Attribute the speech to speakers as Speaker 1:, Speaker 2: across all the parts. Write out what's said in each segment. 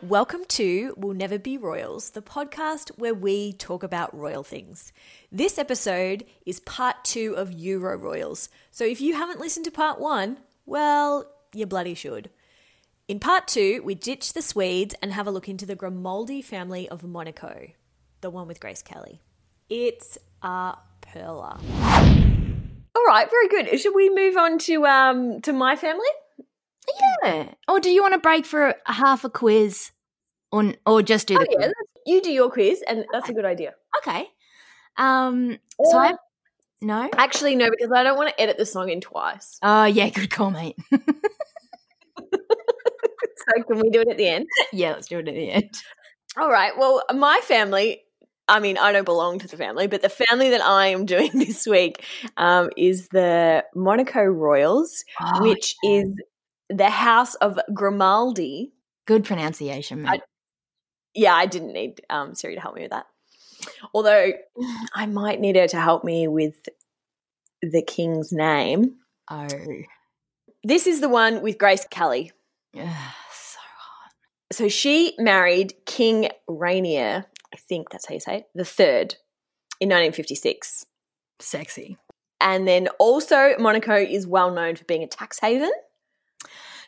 Speaker 1: Welcome to We'll Never Be Royals, the podcast where we talk about royal things. This episode is part two of Euro Royals. So if you haven't listened to part one, well, you bloody should. In part two, we ditch the Swedes and have a look into the Grimaldi family of Monaco, the one with Grace Kelly. It's a perler. All right, very good. Should we move on to um to my family?
Speaker 2: Yeah. Or do you want to break for a half a quiz, or or just do the
Speaker 1: Oh yeah,
Speaker 2: quiz?
Speaker 1: that's- you do your quiz, and that's a good idea.
Speaker 2: okay? Um. So
Speaker 1: Or-
Speaker 2: I no.
Speaker 1: Actually, no, because I don't want to edit the song in twice.
Speaker 2: Oh yeah, good call, mate.
Speaker 1: So can we do it at the end?
Speaker 2: yeah, let's do it at the end.
Speaker 1: All right. Well, my family. I mean, I don't belong to the family, but the family that I am doing this week um, is the Monaco Royals,
Speaker 2: Oh,
Speaker 1: which is the house of Grimaldi.
Speaker 2: good pronunciation, mate.
Speaker 1: Yeah, I didn't need um, Siri to help me with that. Although I might need her to help me with the king's name.
Speaker 2: oh,
Speaker 1: This is the one with Grace Kelly.
Speaker 2: yeah, so hot.
Speaker 1: So she married King Rainier, I think that's how you say it, the third in 1956.
Speaker 2: sexy.
Speaker 1: And then also, Monaco is well known for being a tax haven.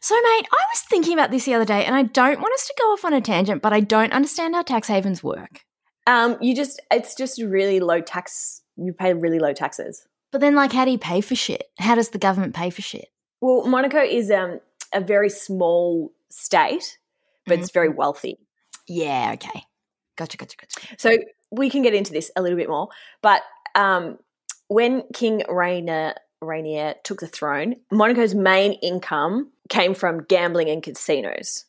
Speaker 2: So, mate, I was thinking about this the other day, and I don't want us to go off on a tangent, but I don't understand how tax havens work.
Speaker 1: Um, you just, it's just really low tax. You pay really low taxes.
Speaker 2: But then, like, how do you pay for shit? How does the government pay for shit?
Speaker 1: Well, Monaco is um, a very small state, but it's very wealthy.
Speaker 2: Yeah, okay, gotcha, gotcha, gotcha.
Speaker 1: So we can get into this a little bit more. But um, when King Rainier, Rainier took the throne, Monaco's main income came from gambling and casinos.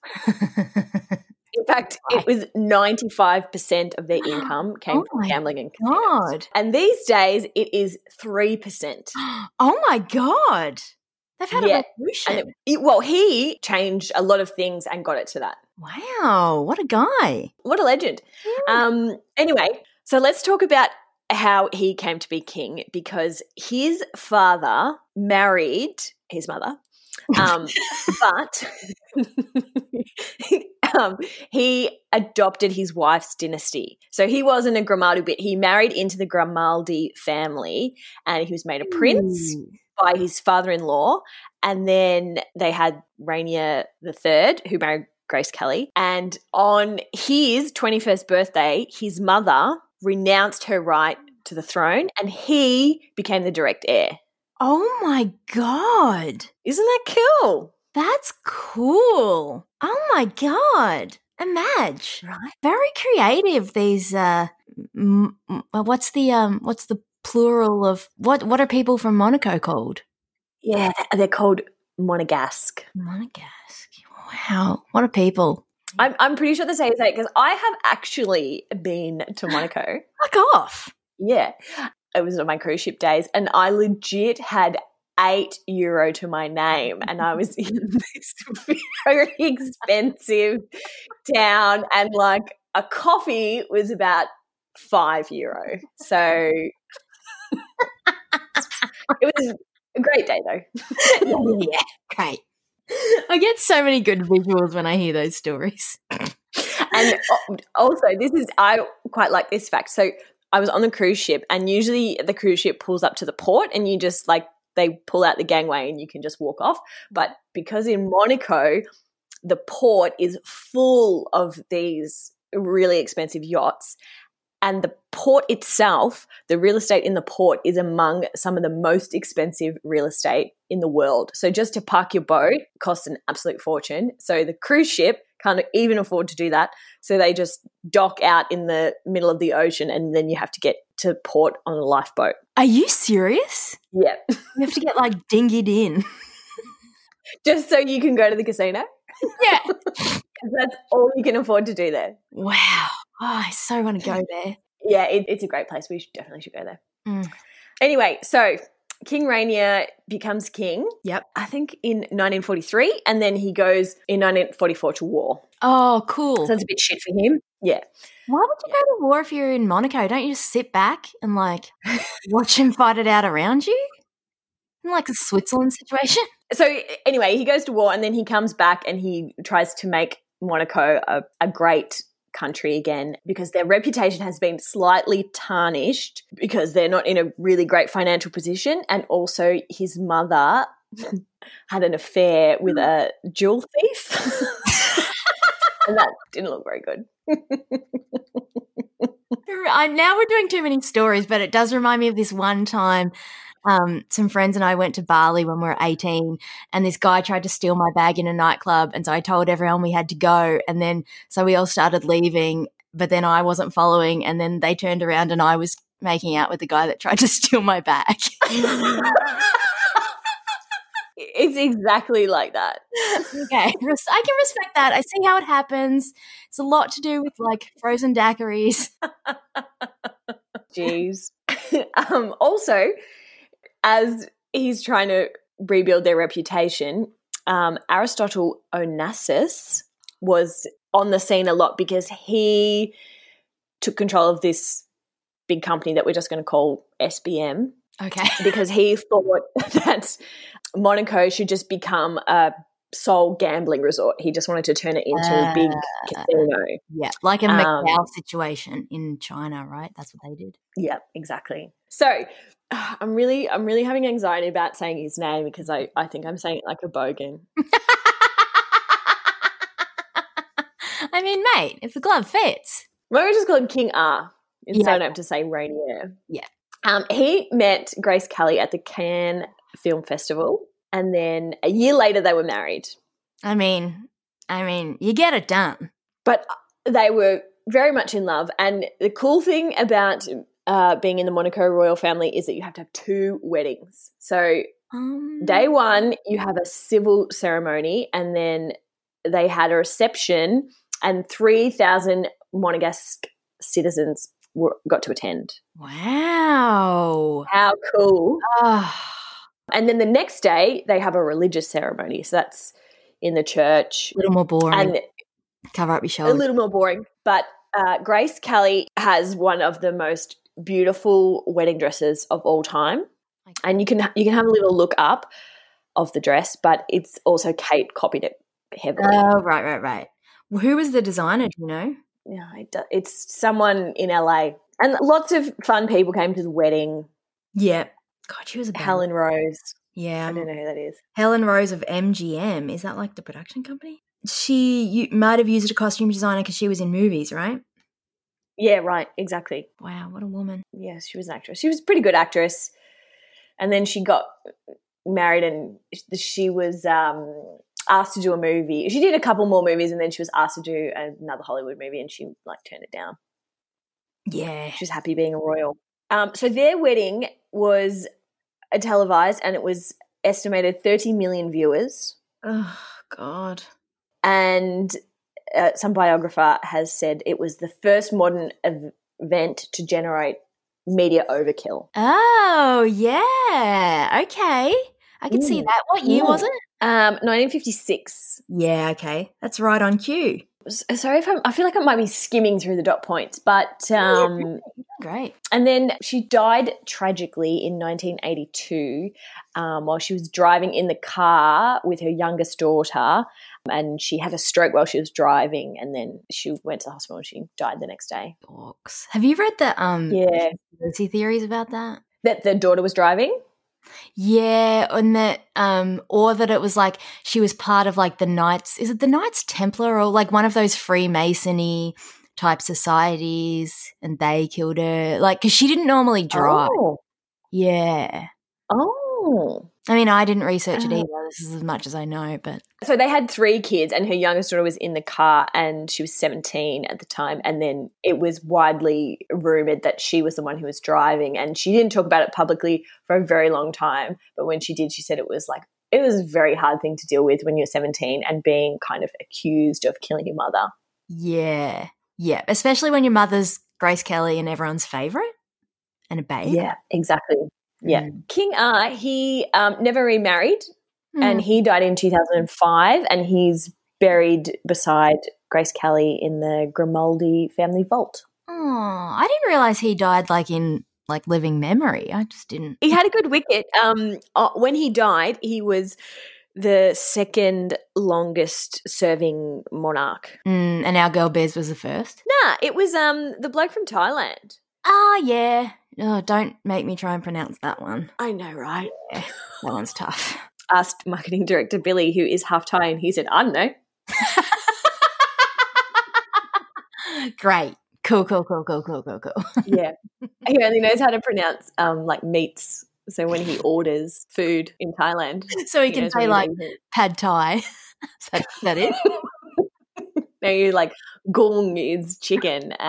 Speaker 1: In fact, it was 95% of their income came
Speaker 2: Oh
Speaker 1: from
Speaker 2: my
Speaker 1: gambling and casinos.
Speaker 2: God.
Speaker 1: And these days, it is 3%.
Speaker 2: Oh my god. They've had
Speaker 1: Yeah,
Speaker 2: a revolution.
Speaker 1: And it, it- well, he changed a lot of things and got it to that.
Speaker 2: wow, what a guy.
Speaker 1: What a legend. Um, anyway, so let's talk about how he came to be king because his father married his mother, um, but um, he adopted his wife's dynasty. So he wasn't a Grimaldi bit. He married into the Grimaldi family and he was made a prince
Speaker 2: Ooh.
Speaker 1: by his father-in-law, and then they had Rainier the Third, who married Grace Kelly. And on his twenty-first birthday, his mother renounced her right to the throne, and he became the direct heir.
Speaker 2: Oh my god.
Speaker 1: Isn't that cool?
Speaker 2: That's cool. Oh my god. A match.
Speaker 1: Right?
Speaker 2: Very creative these uh m- m- what's the um what's the plural of what what are people from Monaco called?
Speaker 1: Yeah, they're called monegasque.
Speaker 2: Monegasque. Wow. What are people?
Speaker 1: I'm, I'm pretty sure that's how you say it because I have actually been to Monaco.
Speaker 2: Fuck off.
Speaker 1: Yeah. It was on my cruise ship days and I legit had eight euro to my name and I was in this very expensive town and like a coffee was about five euro. So it was a great day though.
Speaker 2: yeah, great. I get so many good visuals when I hear those stories.
Speaker 1: And al- also this is I quite like this fact. So I was on the cruise ship and usually the cruise ship pulls up to the port and you just like they pull out the gangway and you can just walk off. But because in Monaco, the port is full of these really expensive yachts, and the port itself, the real estate in the port is among some of the most expensive real estate in the world. So just to park your boat costs an absolute fortune. So the cruise ship can't even afford to do that. So they just dock out in the middle of the ocean and then you have to get to port on a lifeboat.
Speaker 2: Are you serious?
Speaker 1: Yeah.
Speaker 2: You have to get like dingied in.
Speaker 1: just so you can go to the casino.
Speaker 2: Yeah.
Speaker 1: 'Cause That's all you can afford to do there.
Speaker 2: Wow. Oh, I so want to go there.
Speaker 1: Yeah, it, it's a great place. We should, definitely should go there.
Speaker 2: Mm.
Speaker 1: Anyway, so King Rainier becomes king.
Speaker 2: Yep.
Speaker 1: I think in 1943, and then he goes in 1944 to war.
Speaker 2: Oh, cool.
Speaker 1: So that's a bit shit for him. Yeah.
Speaker 2: Why would you go to war if you're in Monaco? Don't you just sit back and like watch him fight it out around you? In like a Switzerland situation?
Speaker 1: So anyway, he goes to war, and then he comes back and he tries to make Monaco a, a great country again because their reputation has been slightly tarnished because they're not in a really great financial position. And also, his mother had an affair with a jewel thief. and that didn't look very good.
Speaker 2: I, now we're doing too many stories, but it does remind me of this one time. Um, some friends and I went to Bali when we were 18, and this guy tried to steal my bag in a nightclub. And so I told everyone we had to go. And then, so we all started leaving, but then I wasn't following. And then they turned around, and I was making out with the guy that tried to steal my bag.
Speaker 1: it's exactly like that.
Speaker 2: okay, I can respect that. I see how it happens. It's a lot to do with like frozen daiquiris.
Speaker 1: Jeez. um, also, as he's trying to rebuild their reputation, um, Aristotle Onassis was on the scene a lot because he took control of this big company that we're just going to call SBM.
Speaker 2: Okay.
Speaker 1: because he thought that Monaco should just become a sole gambling resort. He just wanted to turn it into a big
Speaker 2: Uh,
Speaker 1: casino.
Speaker 2: Yeah, like a
Speaker 1: Um,
Speaker 2: Macau situation in China, right? That's what they did.
Speaker 1: Yeah, exactly. So I'm really, I'm really having anxiety about saying his name because I, I think I'm saying it like a bogan.
Speaker 2: I mean, mate, if the glove fits.
Speaker 1: Maybe we just call him King R. It's so
Speaker 2: Yeah.
Speaker 1: I don't have to say Rainier.
Speaker 2: Yeah.
Speaker 1: Um, he met Grace Kelly at the Cannes Film Festival, and then a year later they were married.
Speaker 2: I mean, I mean, you get it done.
Speaker 1: but uh, they were very much in love. And the cool thing about uh, being in the Monaco royal family is that you have to have two weddings. So
Speaker 2: Um,
Speaker 1: day one, you have a civil ceremony, and then they had a reception, and three thousand Monegasque citizens were, got to attend.
Speaker 2: Wow.
Speaker 1: How cool!
Speaker 2: Ah,
Speaker 1: And then the next day, they have a religious ceremony. So that's in the church.
Speaker 2: a little more boring.
Speaker 1: And
Speaker 2: Cover up your
Speaker 1: a
Speaker 2: shoulders.
Speaker 1: little more boring. But uh, Grace Kelly has one of the most beautiful wedding dresses of all time, and you can you can have a little look up of the dress, but it's also Kate copied it heavily.
Speaker 2: oh, right, right, right. Well, who was the designer? Do you know?
Speaker 1: yeah, it do- it's someone in LA, and lots of fun people came to the wedding.
Speaker 2: Yeah. God, she was a belle.
Speaker 1: Helen Rose,
Speaker 2: Yeah,
Speaker 1: I don't know who that is.
Speaker 2: Helen Rose of MGM. Is that like the production company? She you, might have used a costume designer because she was in movies, right?
Speaker 1: Yeah, right, exactly.
Speaker 2: Wow, what a woman.
Speaker 1: yeah, she was an actress. She was a pretty good actress. And then she got married and she was um, asked to do a movie. She did a couple more movies and then she was asked to do another Hollywood movie and she like turned it down.
Speaker 2: Yeah.
Speaker 1: She was happy being a royal. Um, so their wedding was uh, televised and it was estimated 30 million viewers.
Speaker 2: Oh, God.
Speaker 1: And uh, some biographer has said it was the first modern ev- event to generate media overkill.
Speaker 2: Oh, yeah. Okay. I can see
Speaker 1: Mm.
Speaker 2: that. What year was
Speaker 1: Mm.
Speaker 2: it?
Speaker 1: Um, 1956.
Speaker 2: Yeah, okay. That's right on cue.
Speaker 1: S- sorry if I'm, I feel like I might be skimming through the dot points, but um,
Speaker 2: Great.
Speaker 1: and then she died tragically in 1982 um, while she was driving in the car with her youngest daughter, um, and she had a stroke while she was driving, and then she went to the hospital and she died the next day.
Speaker 2: Orcs. Have you read the um
Speaker 1: Yeah,
Speaker 2: conspiracy theories about that?
Speaker 1: that the daughter was driving.
Speaker 2: Yeah, and that um or that it was like she was part of like the Knights is it the Knights Templar or like one of those Freemasony type societies and they killed her like cuz she didn't normally drive.
Speaker 1: Oh,
Speaker 2: Yeah.
Speaker 1: oh.
Speaker 2: I mean, I didn't research it
Speaker 1: Oh.
Speaker 2: either. This is as much as I know, but
Speaker 1: So they had three kids, and her youngest daughter was in the car, and she was 17 at the time. And then it was widely rumored that she was the one who was driving, and she didn't talk about it publicly for a very long time. But when she did, she said it was like, it was a very hard thing to deal with when you're 17 and being kind of accused of killing your mother.
Speaker 2: yeah. Yeah, especially when your mother's Grace Kelly and everyone's favorite and a babe.
Speaker 1: Yeah, exactly. Yeah.
Speaker 2: Mm.
Speaker 1: King R, he um, never remarried,
Speaker 2: Mm.
Speaker 1: and he died in 2005, and he's buried beside Grace Kelly in the Grimaldi family vault.
Speaker 2: Oh, I didn't realize he died like in like living memory. I just didn't.
Speaker 1: he had a good wicket. Um, uh, when he died, he was the second longest serving monarch.
Speaker 2: Mm, and our girl Bez was the first.
Speaker 1: Nah, it was um the bloke from Thailand.
Speaker 2: Ah, yeah. Oh, don't make me try and pronounce that one.
Speaker 1: I know, right?
Speaker 2: Yeah, that one's tough.
Speaker 1: Asked marketing director Billy, who is half Thai, and he said, "I don't know."
Speaker 2: Great. Cool, cool, cool, cool, cool, cool, cool.
Speaker 1: yeah, he only knows how to pronounce um like meats. So when he orders food in Thailand,
Speaker 2: So he
Speaker 1: he
Speaker 2: can
Speaker 1: knows
Speaker 2: say
Speaker 1: what
Speaker 2: like
Speaker 1: he means.
Speaker 2: pad thai. Is that, is that it?
Speaker 1: no, you like gong is chicken, and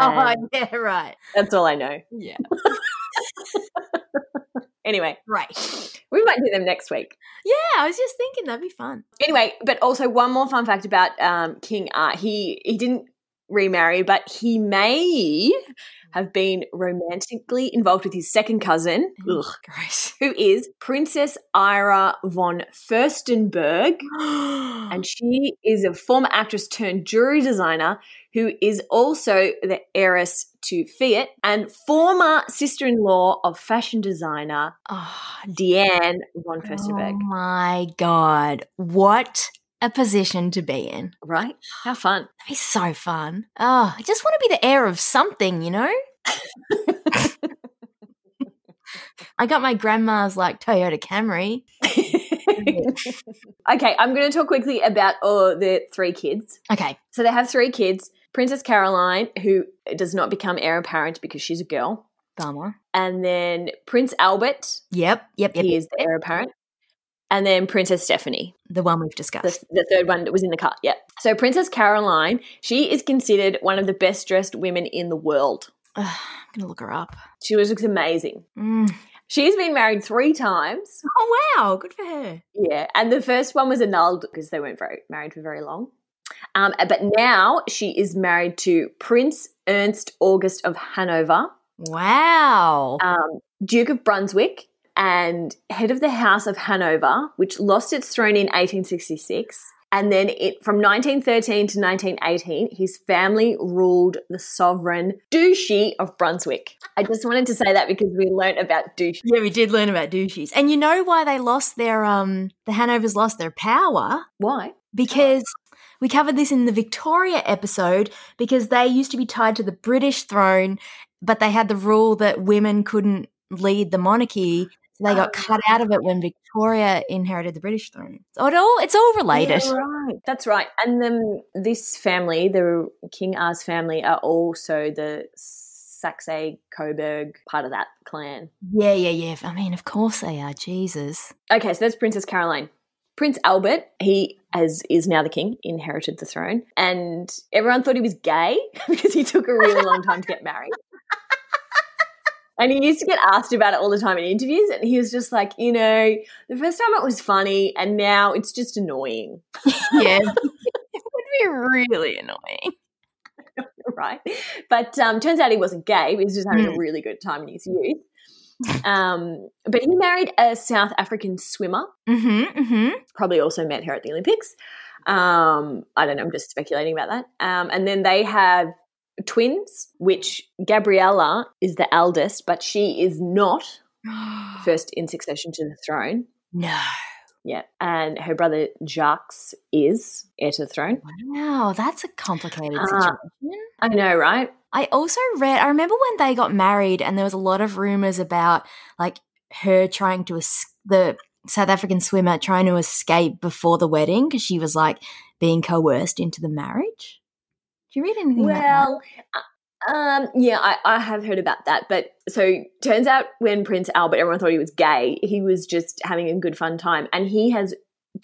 Speaker 2: oh, yeah, right.
Speaker 1: that's all I know.
Speaker 2: Yeah,
Speaker 1: Anyway,
Speaker 2: right.
Speaker 1: we might do them next week.
Speaker 2: Yeah, I was just thinking that'd be fun.
Speaker 1: Anyway, but also one more fun fact about um, King Art. He he didn't remarry, but he may have been romantically involved with his second cousin,
Speaker 2: Mm-hmm.
Speaker 1: ugh,
Speaker 2: Gross.
Speaker 1: who is Princess Ira von Furstenberg. And she is a former actress turned jewelry designer who is also the heiress to Fiat and former sister in law of fashion designer
Speaker 2: oh,
Speaker 1: Deanne von
Speaker 2: oh
Speaker 1: Furstenberg.
Speaker 2: my god, what a position to be in!
Speaker 1: Right? How fun.
Speaker 2: That'd be so fun. Oh, I just want to be the heir of something, you know. I got my grandma's like Toyota Camry.
Speaker 1: okay, I'm going to talk quickly about oh, the three kids.
Speaker 2: Okay,
Speaker 1: So they have three kids Princess Caroline, who does not become heir apparent because she's a girl,
Speaker 2: bummer.
Speaker 1: and then Prince Albert,
Speaker 2: Yep, yep, yep.
Speaker 1: he is the heir apparent, and then Princess Stephanie,
Speaker 2: The one we've
Speaker 1: the,
Speaker 2: discussed.
Speaker 1: the third one that was in the cut. Yeah. So Princess Caroline, she is considered one of the best dressed women in the world.
Speaker 2: Ugh, I'm gonna look her up.
Speaker 1: She was looks amazing.
Speaker 2: Mm.
Speaker 1: She's been married three times.
Speaker 2: Oh wow, good for her.
Speaker 1: Yeah, and the first one was annulled because they weren't very, married for very long. Um, but now she is married to Prince Ernst August of Hanover,
Speaker 2: Wow.
Speaker 1: um, Duke of Brunswick, and head of the House of Hanover, which lost its throne in 1866. And then it, from 1913 to 1918, his family ruled the sovereign duchy of Brunswick. I just wanted to say that because we learnt about duchy.
Speaker 2: Yeah, we did learn about douches. And you know why they lost their um the Hanovers lost their power?
Speaker 1: Why?
Speaker 2: Because we covered this in the Victoria episode because they used to be tied to the British throne, but they had the rule that women couldn't lead the monarchy. So they
Speaker 1: Oh. Ah,
Speaker 2: got cut out of it when Victoria inherited the British throne. So it all it's all related.
Speaker 1: Yeah, right. That's right. And then this family, the King R's family, are also the Saxe Coburg part of that clan.
Speaker 2: Yeah, yeah, yeah. I mean, of course they are. Jesus.
Speaker 1: Okay, so that's Princess Caroline. Prince Albert, he as is now the king, inherited the throne, and everyone thought he was gay because he took a really long time to get married. And he used to get asked about it all the time in interviews, and he was just like, you know, the first time it was funny, and now it's just annoying.
Speaker 2: Yeah. it would be really annoying.
Speaker 1: right? But um, turns out he wasn't gay. He was just having
Speaker 2: Hmm.
Speaker 1: a really good time in his youth. Um, but he married a South African swimmer.
Speaker 2: Mm-hmm. Mm-hmm.
Speaker 1: Probably also met her at the Olympics. Um, I don't know. I'm just speculating about that. Um, and then they have twins, which Gabriella is the eldest, but she is not first in succession to the throne.
Speaker 2: mm-hmm. No.
Speaker 1: Yeah, and her brother Jacques is heir to the throne.
Speaker 2: Wow, that's a complicated
Speaker 1: Ah.
Speaker 2: situation.
Speaker 1: I know, right?
Speaker 2: I also read, I remember when they got married and there was a lot of rumors about like her trying to, es- the South African swimmer trying to escape before the wedding because she was like being coerced into the marriage. Did you read anything about that?
Speaker 1: Well, uh, um, yeah, I, I have heard about that. But so turns out when Prince Albert, everyone thought he was gay. He was just having a good fun time, and he has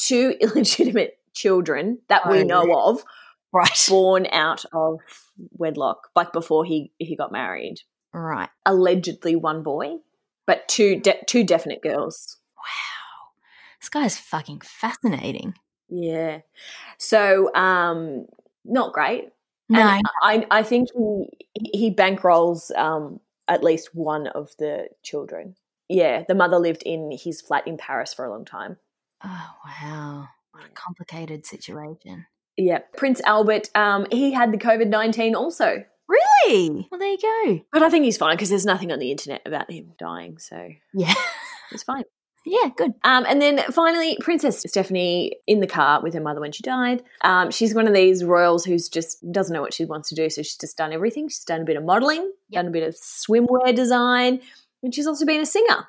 Speaker 1: two illegitimate children that
Speaker 2: Oh.
Speaker 1: we know of,
Speaker 2: Right.
Speaker 1: born out of wedlock, like before he he got married.
Speaker 2: Right.
Speaker 1: Allegedly, one boy, but two de- two definite girls.
Speaker 2: Wow. This guy's fucking fascinating.
Speaker 1: Yeah, so um, not great.
Speaker 2: No.
Speaker 1: And I, I think he he bankrolls um, at least one of the children. Yeah, the mother lived in his flat in Paris for a long time.
Speaker 2: oh, wow. What a complicated situation.
Speaker 1: Yeah, Prince Albert, um, he had the COVID nineteen also,
Speaker 2: Hey. Well, there you go.
Speaker 1: but I think he's fine because there's nothing on the internet about him dying, so
Speaker 2: Yeah.
Speaker 1: it's fine.
Speaker 2: Yeah, good.
Speaker 1: Um, and then finally, Princess Stephanie in the car with her mother when she died. Um, she's one of these royals who's just doesn't know what she wants to do, so she's just done everything. She's done a bit of modeling,
Speaker 2: Yep.
Speaker 1: done a bit of swimwear design, and she's also been a singer.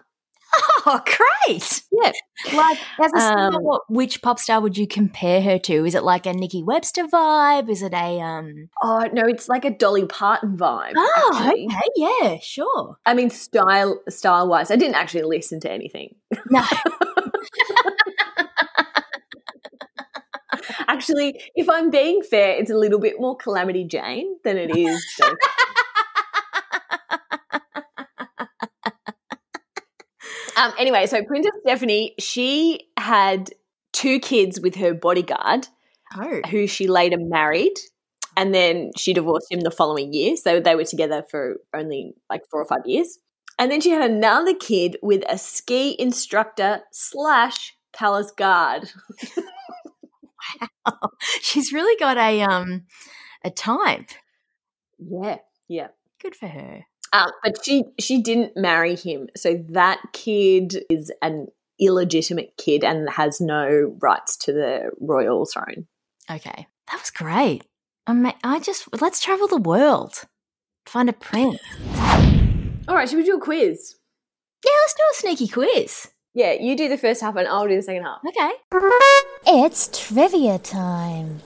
Speaker 2: Oh, great.
Speaker 1: Yeah.
Speaker 2: Like, as a singer,
Speaker 1: Um,
Speaker 2: what, which pop star would you compare her to? Is it like a Nikki Webster vibe? Is it a. um?
Speaker 1: Oh no, it's like a Dolly Parton vibe.
Speaker 2: Oh,
Speaker 1: actually.
Speaker 2: okay. Yeah, sure.
Speaker 1: I mean, style style wise, I didn't actually listen to anything.
Speaker 2: No.
Speaker 1: Actually, if I'm being fair, it's a little bit more Calamity Jane than it is. So. um, anyway, so Princess Stephanie, she had two kids with her bodyguard,
Speaker 2: Oh.
Speaker 1: who she later married, and then she divorced him the following year. So they were together for only like four or five years. And then she had another kid with a ski instructor slash palace guard.
Speaker 2: She's really got a um a type.
Speaker 1: Yeah, yeah.
Speaker 2: Good for her.
Speaker 1: Um, but she she didn't marry him, so that kid is an illegitimate kid and has no rights to the royal throne.
Speaker 2: Okay. That was great. I ma- I just let's travel the world. Find a prince.
Speaker 1: All right, should we do a quiz?
Speaker 2: Yeah, let's do a sneaky quiz.
Speaker 1: Yeah, you do the first half and I'll do the second half.
Speaker 2: Okay.
Speaker 3: It's trivia time.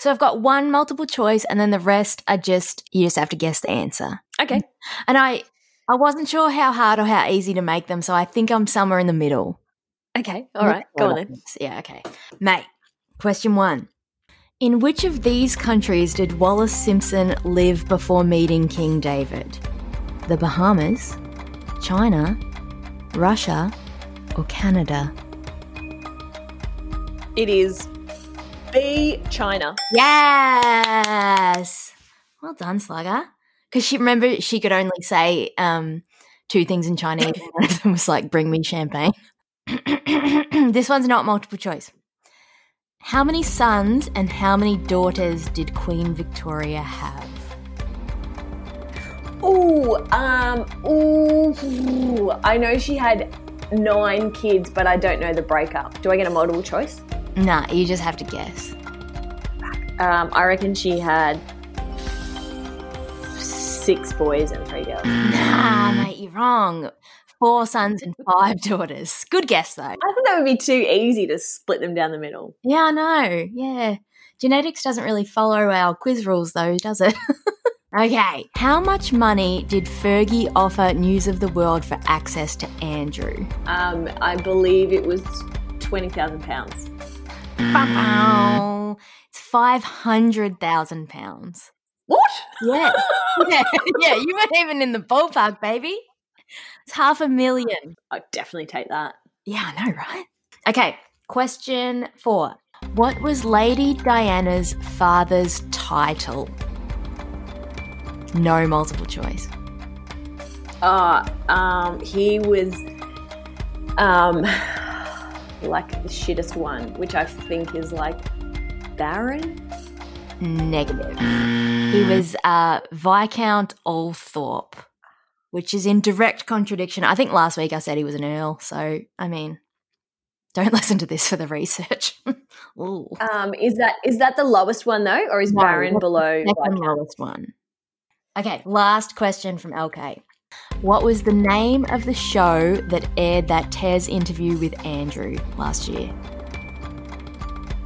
Speaker 2: So I've got one multiple choice and then the rest are just you just have to guess the answer.
Speaker 1: Okay.
Speaker 2: And I I wasn't sure how hard or how easy to make them, so I think I'm somewhere in the middle.
Speaker 1: Okay. All right. Go on then.
Speaker 2: Yeah, okay. Mate, question one. In which of these countries did Wallace Simpson live before meeting King David? The Bahamas, China, Russia, or Canada?
Speaker 1: It is B China.
Speaker 2: Yes! Well done, Slugger. Because she remember she could only say um, two things in Chinese. and One of them was like, "Bring me champagne." this one's not multiple choice. How many sons and how many daughters did Queen Victoria have?
Speaker 1: Ooh, um, ooh. I know she had nine kids, but I don't know the breakup. Do I get a multiple choice?
Speaker 2: Nah, you just have to guess.
Speaker 1: Um, I reckon she had six boys and three girls. I
Speaker 2: Nah, mate, you're wrong. Four sons and five daughters. Good guess though.
Speaker 1: thought that would be too easy to split them down the middle.
Speaker 2: Yeah, I know. Yeah. Genetics doesn't really follow our quiz rules, though, does it? okay. How much money did Fergie offer News of the World for access to Andrew?
Speaker 1: Um, I believe it was twenty thousand pounds.
Speaker 2: Bow. It's five hundred thousand pounds.
Speaker 1: What?
Speaker 2: Yeah. yeah, yeah. You weren't even in the ballpark, baby. It's half a million.
Speaker 1: I would definitely take that.
Speaker 2: Yeah, I know, right? Okay, question four. What was Lady Diana's father's title? No multiple choice.
Speaker 1: Uh, um, he was um, like the shittest one, which I think is like Baron.
Speaker 2: Negative. He was uh, Viscount Althorpe, which is in direct contradiction. I think last week I said he was an earl, so I mean, don't listen to this for the research. Ooh.
Speaker 1: Um, is that is that the lowest one though, or is
Speaker 2: No,
Speaker 1: Baron
Speaker 2: that's
Speaker 1: below?
Speaker 2: Second lowest one. Okay, last question from LK. What was the name of the show that aired that Tez interview with Andrew last year?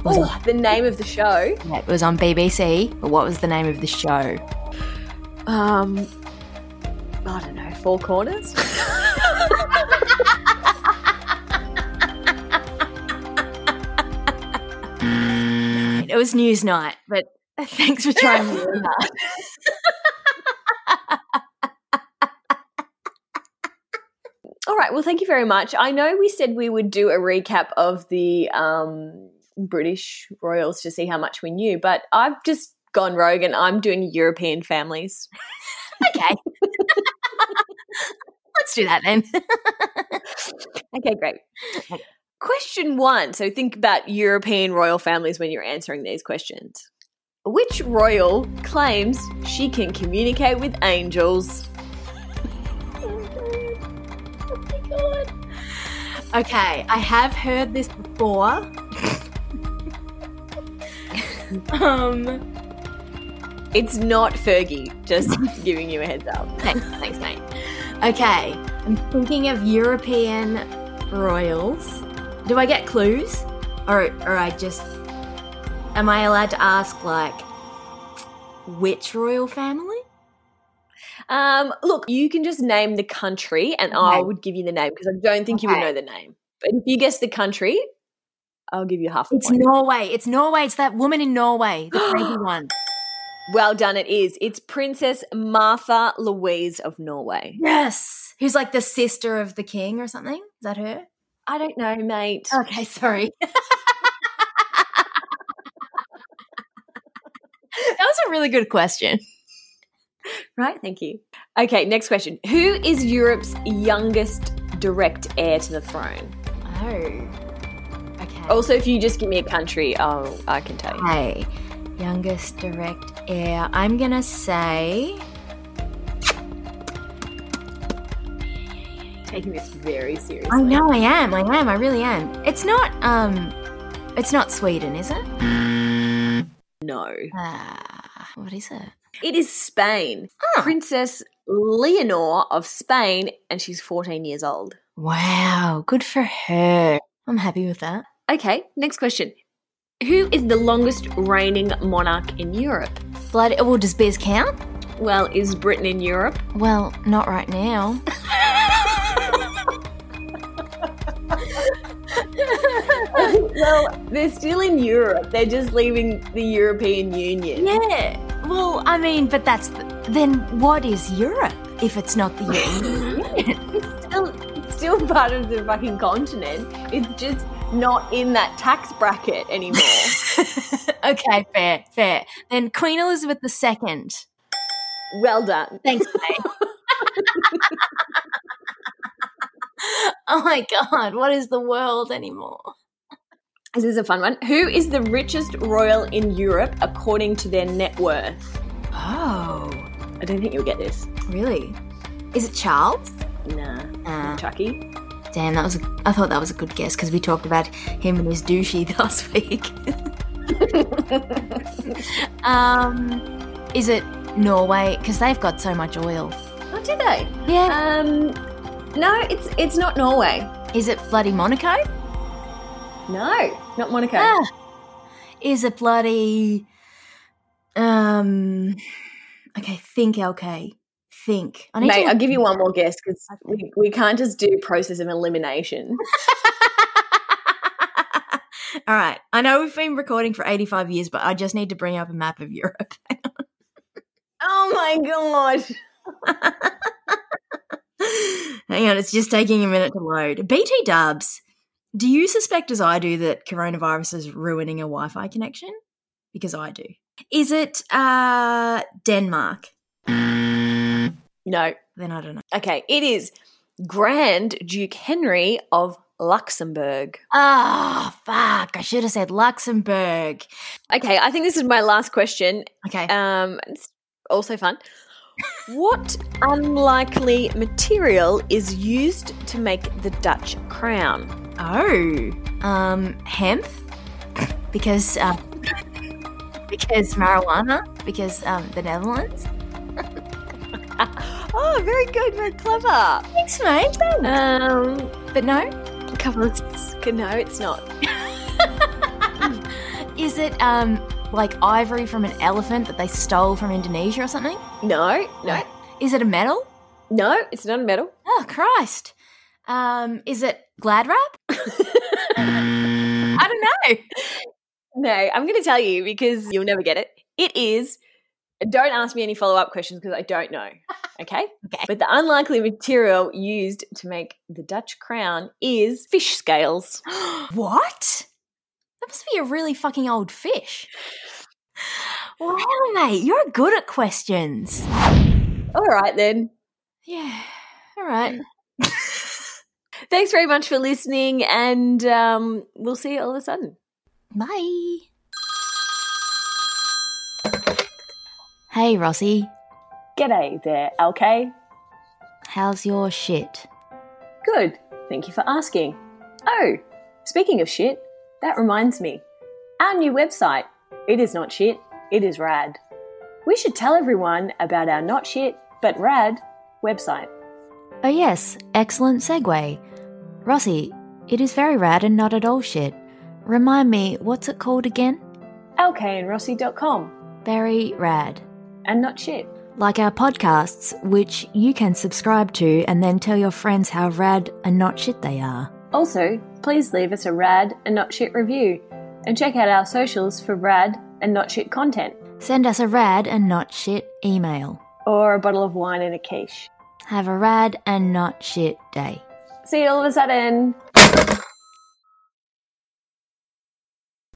Speaker 2: Was
Speaker 1: Oh, the name of the show.
Speaker 2: it, it was on BBC, but what was the name of the show?
Speaker 1: Um, I don't know, Four Corners?
Speaker 2: It was Newsnight, but thanks for trying really hard.
Speaker 1: All right, well, thank you very much. I know we said we would do a recap of the um, British royals to see how much we knew, but I've just gone rogue and I'm doing European families.
Speaker 2: Okay. Let's do that then.
Speaker 1: Okay, great. Question one. So think about European royal families when you're answering these questions. Which royal claims she can communicate with angels?
Speaker 2: Okay, I have heard this before. um,
Speaker 1: It's not Fergie, just giving you a heads up.
Speaker 2: thanks, thanks, mate. Okay, I'm thinking of European royals. Do I get clues, or or I just am I allowed to ask like which royal family?
Speaker 1: Um, look, you can just name the country and I
Speaker 2: Okay.
Speaker 1: would give you the name because I don't think you would
Speaker 2: Okay.
Speaker 1: know the name. But if you guess the country, I'll give you half a
Speaker 2: It's
Speaker 1: point.
Speaker 2: Norway. It's Norway. It's that woman in Norway, the crazy one.
Speaker 1: well done, it is. It's Princess Martha Louise of Norway.
Speaker 2: Yes, who's like the sister of the king or something? Is that her?
Speaker 1: I don't know, mate.
Speaker 2: Okay, sorry. that was a really good question.
Speaker 1: Right, thank you. Okay, next question. Who is Europe's youngest direct heir to the throne?
Speaker 2: Oh. Okay.
Speaker 1: Also, if you just give me a country, I'll, I can tell you.
Speaker 2: Okay. Youngest direct heir. I'm going to say.
Speaker 1: Taking this very seriously.
Speaker 2: I know I am. I am. I really am. It's not um it's not Sweden, is it?
Speaker 1: No.
Speaker 2: Ah, what is it?
Speaker 1: It is Spain.
Speaker 2: Oh.
Speaker 1: Princess Leonor of Spain, and she's 14 years old.
Speaker 2: Wow, good for her. I'm happy with that.
Speaker 1: Okay, next question. Who is the longest reigning monarch in Europe?
Speaker 2: Bloody well, does Bez count?
Speaker 1: Well, is Britain in Europe?
Speaker 2: Well, not right now.
Speaker 1: well, they're still in Europe. They're just leaving the European Union.
Speaker 2: Yeah. Well, I mean, but that's then what is Europe if it's not the Union?
Speaker 1: It's still, it's still part of the fucking continent. It's just not in that tax bracket anymore.
Speaker 2: okay, fair, fair. Then Queen Elizabeth II.
Speaker 1: well done.
Speaker 2: Thanks, mate. oh my God, what is the world anymore?
Speaker 1: This is a fun one. Who is the richest royal in Europe according to their net worth?
Speaker 2: Oh,
Speaker 1: I don't think you'll get this.
Speaker 2: really? Is it Charles?
Speaker 1: Nah.
Speaker 2: Uh,
Speaker 1: Chucky.
Speaker 2: Damn, that was. A, I thought that was a good guess because we talked about him and his douchey last week. um, is it Norway? Because they've got so much oil.
Speaker 1: Oh, do they?
Speaker 2: Yeah.
Speaker 1: Um, no, it's it's not Norway.
Speaker 2: Uh, Is it bloody Monaco?
Speaker 1: No, not Monaco.
Speaker 2: Ah. Is it bloody? Um. Okay, think, LK. Think. I need
Speaker 1: Mate,
Speaker 2: to.
Speaker 1: I'll give you one more guess because we, we can't just do process of elimination.
Speaker 2: All right. I know we've been recording for 85 years, but I just need to bring up a map of Europe.
Speaker 1: oh my god!
Speaker 2: Hang on, it's just taking a minute to load. BT Dubs, do you suspect, as I do, that coronavirus is ruining a Wi Fi connection? Because I do. Is it uh, Denmark?
Speaker 1: No.
Speaker 2: Then I don't know.
Speaker 1: Okay, it is Grand Duke Henry of Luxembourg.
Speaker 2: Oh, fuck. I should have said Luxembourg.
Speaker 1: Okay, I think this is my last question.
Speaker 2: Okay.
Speaker 1: Um, it's also fun. what unlikely material is used to make the Dutch crown?
Speaker 2: oh, um, hemp? Because, uh, because marijuana? Because um, the Netherlands?
Speaker 1: oh, very good, very clever.
Speaker 2: Thanks, mate. Uh,
Speaker 1: Um,
Speaker 2: But no,
Speaker 1: a couple of s- no, it's not.
Speaker 2: Is it um like ivory from an elephant that they stole from Indonesia or something?
Speaker 1: No, no,
Speaker 2: Is it a medal?
Speaker 1: no, it's not a medal.
Speaker 2: Oh Christ! Um, is it glad wrap? I don't know.
Speaker 1: No, I'm going to tell you because you'll never get it. It is. Don't ask me any follow up questions because I don't know. Okay.
Speaker 2: Okay.
Speaker 1: But the unlikely material used to make the Dutch crown is fish scales.
Speaker 2: what? That must be a really fucking old fish. Wow, mate, you're good at questions.
Speaker 1: All right then.
Speaker 2: Yeah. All right.
Speaker 1: Thanks very much for listening, and um, we'll see you all of a sudden.
Speaker 2: Bye. Hey, Rossi.
Speaker 1: G'day there, LK.
Speaker 2: How's your shit?
Speaker 1: Good. Thank you for asking. Oh, speaking of shit, that reminds me. Our new website. It is not shit, it is rad. We should tell everyone about our not shit, but rad website.
Speaker 2: Oh, yes, excellent segue. Rossi, it is very rad and not at all shit. Remind me, what's it called again?
Speaker 1: lkandrossi.com
Speaker 2: Very rad.
Speaker 1: and not shit.
Speaker 2: Like our podcasts, which you can subscribe to and then tell your friends how rad and not shit they are.
Speaker 1: Also, please leave us a rad and not shit review and check out our socials for rad and not shit content
Speaker 2: Send us a rad and not shit email.
Speaker 1: or a bottle of wine and a quiche.
Speaker 2: Have a rad and not shit day.
Speaker 1: See you all of a sudden.